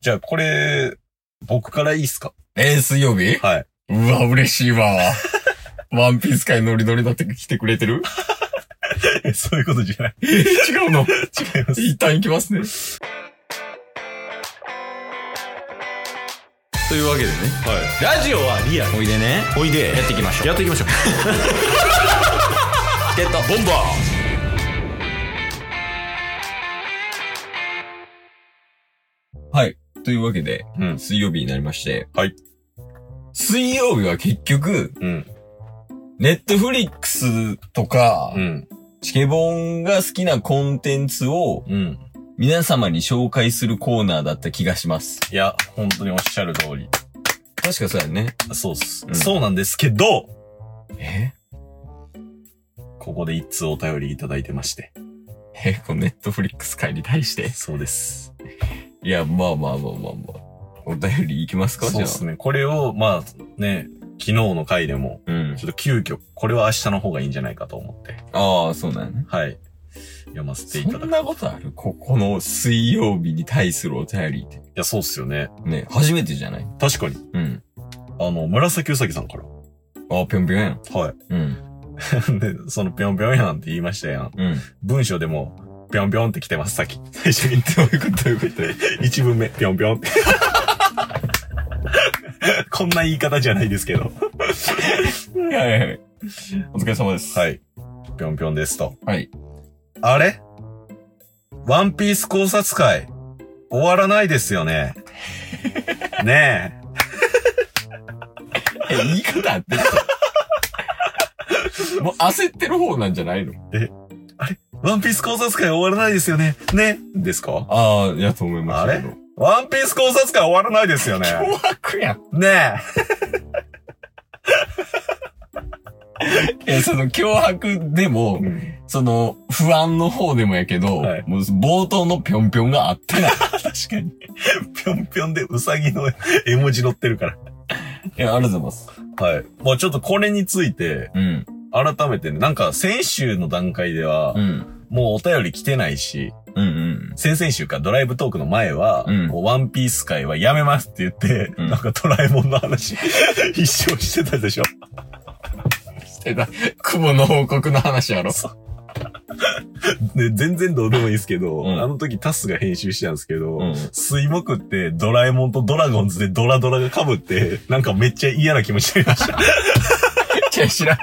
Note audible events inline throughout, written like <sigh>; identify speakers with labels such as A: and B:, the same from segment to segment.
A: じゃあ、これ、僕からいいっすか
B: えー、水曜日
A: はい。 <laughs>
B: うわ、嬉しいわ。ワンピース界ノリノリだって来てくれてる
A: そういうことじゃない。
B: 違うの
A: 違います。
B: 一旦行きますね。というわけでね、
A: はい。ラジオはリアル。
B: おいでね、
A: おいで。
B: やっていきましょう。
A: やっていき
B: <laughs>
A: ましょう。
B: チケット、ボンバーはい。というわけで、
A: うん
B: 水曜日になりまして、
A: はい。
B: 水曜日は結局、
A: うん。
B: ネットフリックスとか、
A: うん。
B: チケボンが好きなコンテンツを
A: うん。
B: 皆様に紹介するコーナーだった気がします。
A: いや、本当におっしゃる通り。
B: 確かそうやね。
A: そうっす、
B: うん
A: そうなんですけど、
B: え
A: ここで一通お便りいただいてまして。
B: え、このネットフリックス会に対して。
A: そうです。
B: いや、まあまあまあまあまあ。お便りいきますか
A: そうっすね。これを、まあ、ね、昨日の回でも、
B: じゃあ。うん
A: ち。ょっと急遽、これは明日の方がいいんじゃないかと思って、
B: ああ、そうなんやね。
A: はい。読ませていただ
B: そ
A: く。
B: ん
A: い
B: なことあるここの水曜日に対するお便りって。
A: や、そうっすよね。
B: ね、初めてじゃない
A: 確かに。
B: うん。
A: あの、紫うさぎさんから。
B: ああ、ぴょんぴょんやん。
A: はい。
B: うん。
A: <laughs> で、そのぴょんぴょんやんって言いましたやん。
B: <laughs> うん。
A: 文章でも、ぴょんぴょんって来てます、さっき。 <laughs> 最初に。どういうことどういうこと一文目、ぴょんぴょんって。 <laughs> こんな言い方じゃないですけど。
B: はいはいはい。お疲れ様です。。
A: はいい。ぴょんぴょんですと。
B: はい。
A: あれワンピース考察会、終わらないですよね。ね
B: え、言い方あってるもう焦ってる方なんじゃないの
A: え。ワンピース考察会終わらないですよね。ね。ですか
B: ああ、やと思いま
A: ましけ
B: したたけ
A: ど
B: ど。
A: ワンピース考察会終わらないですよ
B: <laughs>
A: ね。
B: 悪やん。
A: ね
B: え、その脅迫でも、
A: え。
B: その不安の方でもやけど、
A: はい
B: もう冒頭のぴょんぴょんがあってない。
A: 確かに。ぴょんぴょんでうさぎの絵文字載ってるから。
B: いや、ありがとうございます。
A: はい。まあちょっとこれについて、
B: うん。
A: 改めてね、なんか先週の段階では
B: う、ん。
A: もうお便り来てないし、
B: うんうん。
A: 先々週かドライブトークの前は、
B: うん
A: もうワンピース会はやめますって言って、
B: うん
A: なんかドラえもんの
B: <laughs>
A: 話、一生してたでしょ。
B: してた。雲の報告の話やろ。
A: で全然どうでもいいですけど、
B: うん
A: あの時タスが編集してたんですけど、
B: うん。
A: 水木ってドラえもんとドラゴンズでドラドラが被って、なんかめっちゃ嫌な気持ちになりました。
B: いや、知らん。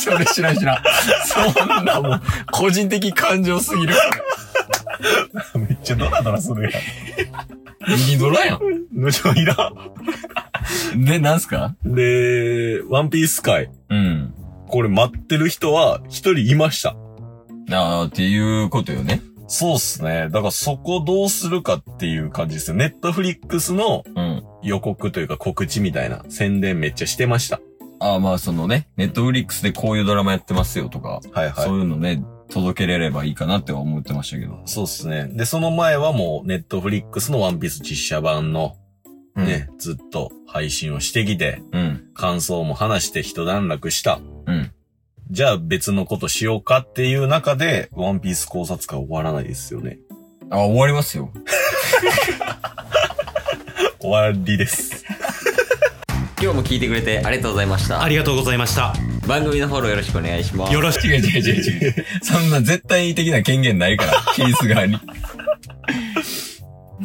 B: それ知らん知らん。そんなもん、個人的感情すぎる。
A: めっちゃドラドラするやん。
B: 右ドラやん。
A: むしろいら
B: で、なんすか
A: ん。 <laughs> で、ワンピース会。
B: うん。
A: これ待ってる人は一人いました。
B: ああ、っていうことよね。
A: そうっすね。だからそこどうするかっていう感じですね。ネットフリックスの
B: うん。
A: 予告というか告知みたいな宣伝めっちゃしてました。
B: ああ、まあそのね、ネットフリックスでこういうドラマやってますよとか、
A: はい
B: そ
A: そう
B: いうのね、届けれればいいかなっては思ってましたけど。
A: うっすね。で、その前はもうネットフリックスのワンピース実写版の
B: うん。
A: ね、ずっと配信をしてきて、
B: うん。
A: 感想も話して一段落した。
B: うん。
A: じゃあ別のことしようかっていう中で、ワンピース考察会終わらないですよね。
B: あ、終わりますよ。
A: 終わりです。
C: 今日も聞いてくれてありがとうございました
D: ありがとうございました。
C: 番組のフォローよろしくお願いします
D: よろし
B: 違う違う違う違う。そんな絶対的な権限ないから、
A: <laughs>
B: ケース側に。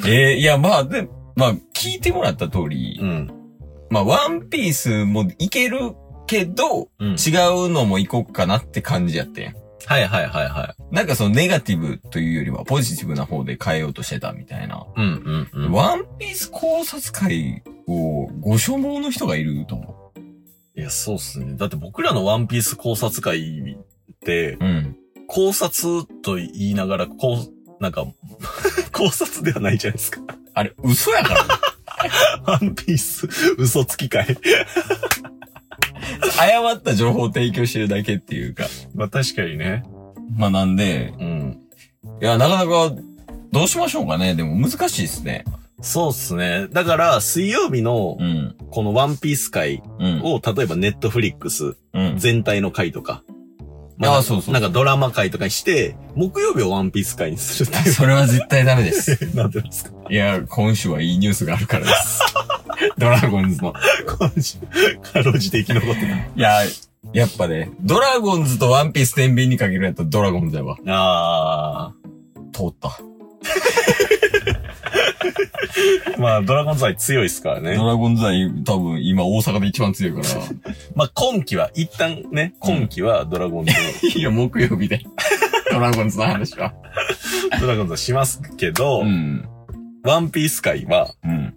B: えー、いや、まあ、で、まあ、聞いてもらった通り、
A: うん。
B: まあ、ワンピースもいけるけど、
A: うん。
B: 違うのもいこっかなって感じやってん。
A: はいはいはいは
B: なんかそのネガティブというよりはポジティブな方で変えようとしてたみたいな。
A: い。うんうんうん。
B: ワンピース考察会をご所望の人がいると思
A: いや、そうっすね。だって僕らのワンピース考察会って、
B: う。うん。
A: 考察と言いながら、こう、なんか、 <laughs> 考察ではないじゃないですか。
B: あれ、嘘
A: <laughs>
B: やからね。
A: ワンピース嘘つき会。
B: 誤った情報を提供してるだけっていうか。
A: まあ確かにね。
B: まあなんで、
A: うん。
B: いや、なかなか、どうしましょうかね。でも難しいですね。
A: そうっすね。だから、水曜日の
B: う、ん。
A: このワンピース会
B: うん。
A: を、例えばネットフリックス
B: うん。 <laughs>
A: 全体の会とか、ま
B: あそうそう
A: なんかドラマ会とかして、木曜日をワンピース会にするっていう。
B: それは絶対ダメです。
A: なんていうんですか
B: いや、今週はいいニュースがあるからです。 <laughs> ドラゴンズの。
A: 今週、かろうじて生き残って
B: いや、やっぱね、ドラゴンズとワンピース天秤にかけるやったらドラゴンズだわ。
A: た。あ
B: 通った。
A: ー。まあ、ドラゴンズ愛強いですからね
B: ド。ラゴンズは多分今大阪で一番強いから。
A: まあ、今期は、一旦ね、今期はドラゴン <laughs> ズ、
B: <laughs> いや、木曜日で。 <laughs> ドラゴンズの話は。
A: ドラゴンズはしますけど、
B: ん。
A: ワンピース会は、
B: うん。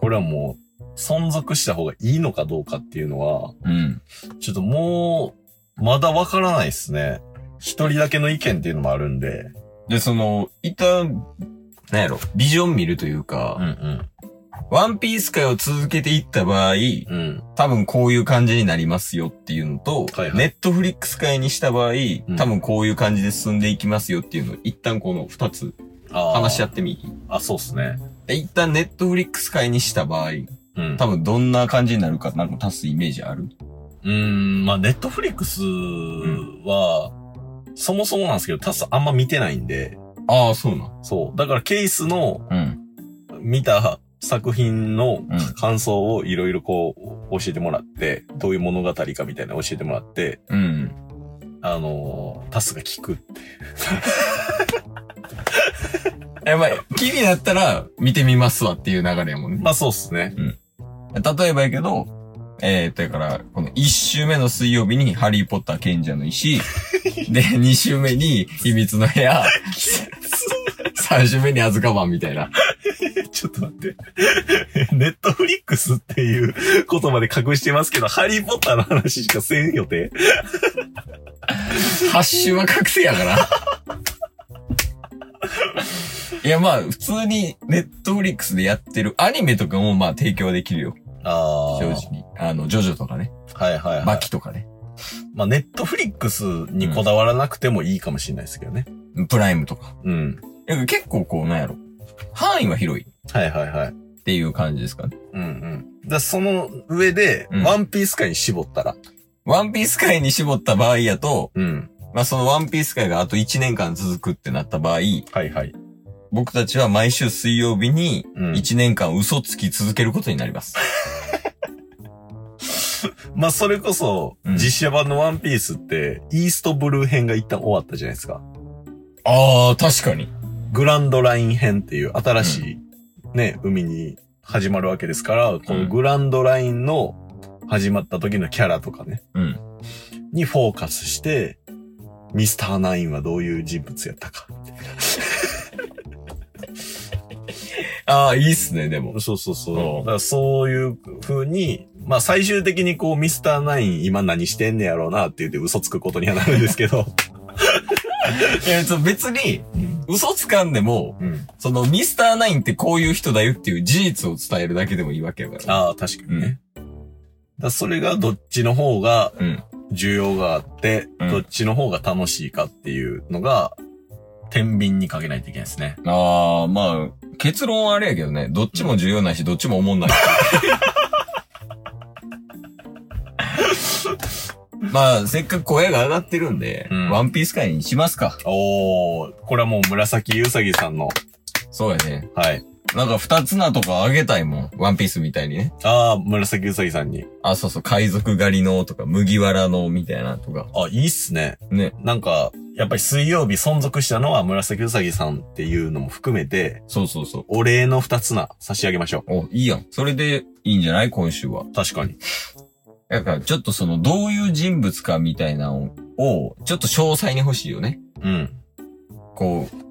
A: これはもう、存続した方がいいのかどうかっていうのは、
B: うん。
A: ちょっともう、まだわからないですね。一人だけの意見っていうのもあるんで。
B: で、その、一旦、なんやろ、ビジョン見るというか、
A: ん
B: ワンピース界を続けていった場合、
A: うん。うん。
B: 多分こういう感じになりますよっていうのと、
A: はいはい
B: ネットフリックス界にした場合、
A: ん
B: 多分こういう感じで進んでいきますよっていうのを、一旦この二つ
A: あー
B: 話し合ってみい
A: あ、そうっすね。
B: で一旦ネットフリックス界にした場合、
A: うん。
B: 多分どんな感じになるかなんか足すイメージある
A: うーん、まあ、ネットフリックスは、そもそもなんですけど、タスあんま見てないんで、
B: ああ、そうな。
A: そう。だからケースの
B: うん。
A: 見た作品の
B: うん
A: 感想をいろいろこう、教えてもらって、どういう物語かみたいなの教えてもらって、
B: うん。
A: あのータスが聞く。
B: やばい。気になったら見てみますわっていう流れやもんね。
A: まあ、そうっすね。 <laughs>
B: 例えばやけど、えー、と、だから、この1週目の水曜日にハリーポッター賢者の石、で、2週目に秘密の部屋、3週目にアズカバンみたいな。
A: ちょっと待って。 <laughs> ネットフリックスっていう <laughs> 言葉で隠してますけど、ハリーポッターの話しかせん予定
B: 8週は覚醒やから。いや、まあ、普通にネットフリックスでやってるアニメとかもまあ提供できるよ。
A: あ
B: 正直。あの、ジョジョとかね。
A: はいはいはい。
B: バキとかね。
A: まあ、ネットフリックスにこだわらなくてもいいかもしれないですけどね。
B: プライムとか。
A: うん。
B: いや結構こう、なんやろ。範囲は広いっ
A: はいはいはい。
B: ていう感じですかね。
A: うんうん。だからその上で、
B: うん
A: ワンピース界に絞ったら。
B: ワンピース界に絞った場合やと、
A: うん。
B: まあそのワンピース界があと1年間続くってなった場合、
A: はいはい。
B: 僕たちは毎週水曜日に
A: うん。
B: 1年間嘘つき続けることになります。
A: まあ、それこそ、
B: うん
A: 実写版のワンピースって、イーストブルー編が一旦終わったじゃないですか。
B: ああ、確かに。
A: グランドライン編っていう新しい、ね、海に始まるわけですから、このグランドラインの始まった時のキャラとかね、
B: うん。
A: にフォーカスして、ミスターナインはどういう人物やったか。
B: ああ、いいっすね、でも。
A: そうそうそう。
B: うん
A: だからそういう風に、まあ最終的にこうミスターナイン今何してんねやろうなって言って嘘つくことにはなるんですけど。
B: いや、そう別に、
A: うん。
B: 嘘つかんでも、
A: うん。
B: そのミスターナインってこういう人だよっていう事実を伝えるだけでもいいわけやから。
A: ああ、確かにね。だからそれがどっちの方が
B: うん。
A: 需要があって、
B: うん
A: どっちの方が楽しいかっていうのが、天秤にかけないといけないですね。
B: ああ、まあ、結論はあれやけどね、どっちも重要ないし、どっちも思んない。まあ、せっかく声が上がってるんで、
A: うん
B: ワンピース会にしますか。
A: おー、これはもう紫うさぎさんの、
B: そうやね。
A: はい。
B: なんか二つなとかあげたいもん。ワンピースみたいにね。
A: ああ、紫うさぎさんに。
B: あ、そうそう、海賊狩りのとか、麦わらのみたいなとか。
A: あ、いいっすね。
B: ね。
A: なんか、やっぱり水曜日存続したのは紫うさぎさんっていうのも含めて、
B: そうそうそう。
A: お礼の二つな差し上げましょ
B: お、いいやん。それでいいんじゃない今週は。
A: う。確かに。
B: だから、ちょっとその、どういう人物かみたいなのを、ちょっと詳細に欲しいよね。
A: うん。
B: こう、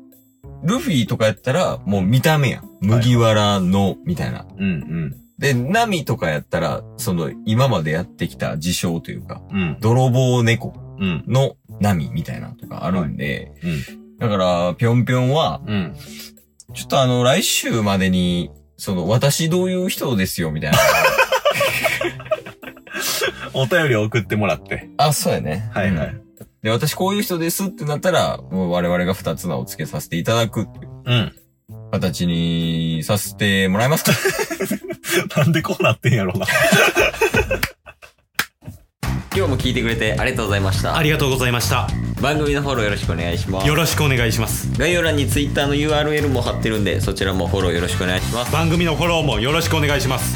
B: ルフィとかやったら、もう見た目やん。麦わらの、みたいな。
A: うん
B: で、ナミとかやったら、その、今までやってきた事象というか、
A: うん。うん。
B: 泥棒猫
A: うん。
B: のナミみたいなとかあるんで、
A: はい
B: だから、ぴょんぴょんは、
A: うん。
B: ちょっとあの、来週までに、その、私どういう人ですよ、み <laughs> たいな。
A: お便りを送ってもらって。
B: あ、そうやね。
A: はいは
B: う
A: い
B: ん。で、私こういう人ですってなったら、もう我々が二つ名を付けさせていただくっていう
A: うん。 <laughs>
B: 形にさせてもらえますか
A: なんでこうなってんやろうな。
C: 今日
B: <laughs> 今日も聞いてくれてありがとうございました
A: ありがとうございました
B: 番組のフォローよろしくお願いします
A: よろしくお願いします
B: 概要欄に Twitter の URL も貼ってるんでそちらもフォローよろしくお願いします
A: 番組のフォローもよろしくお願いします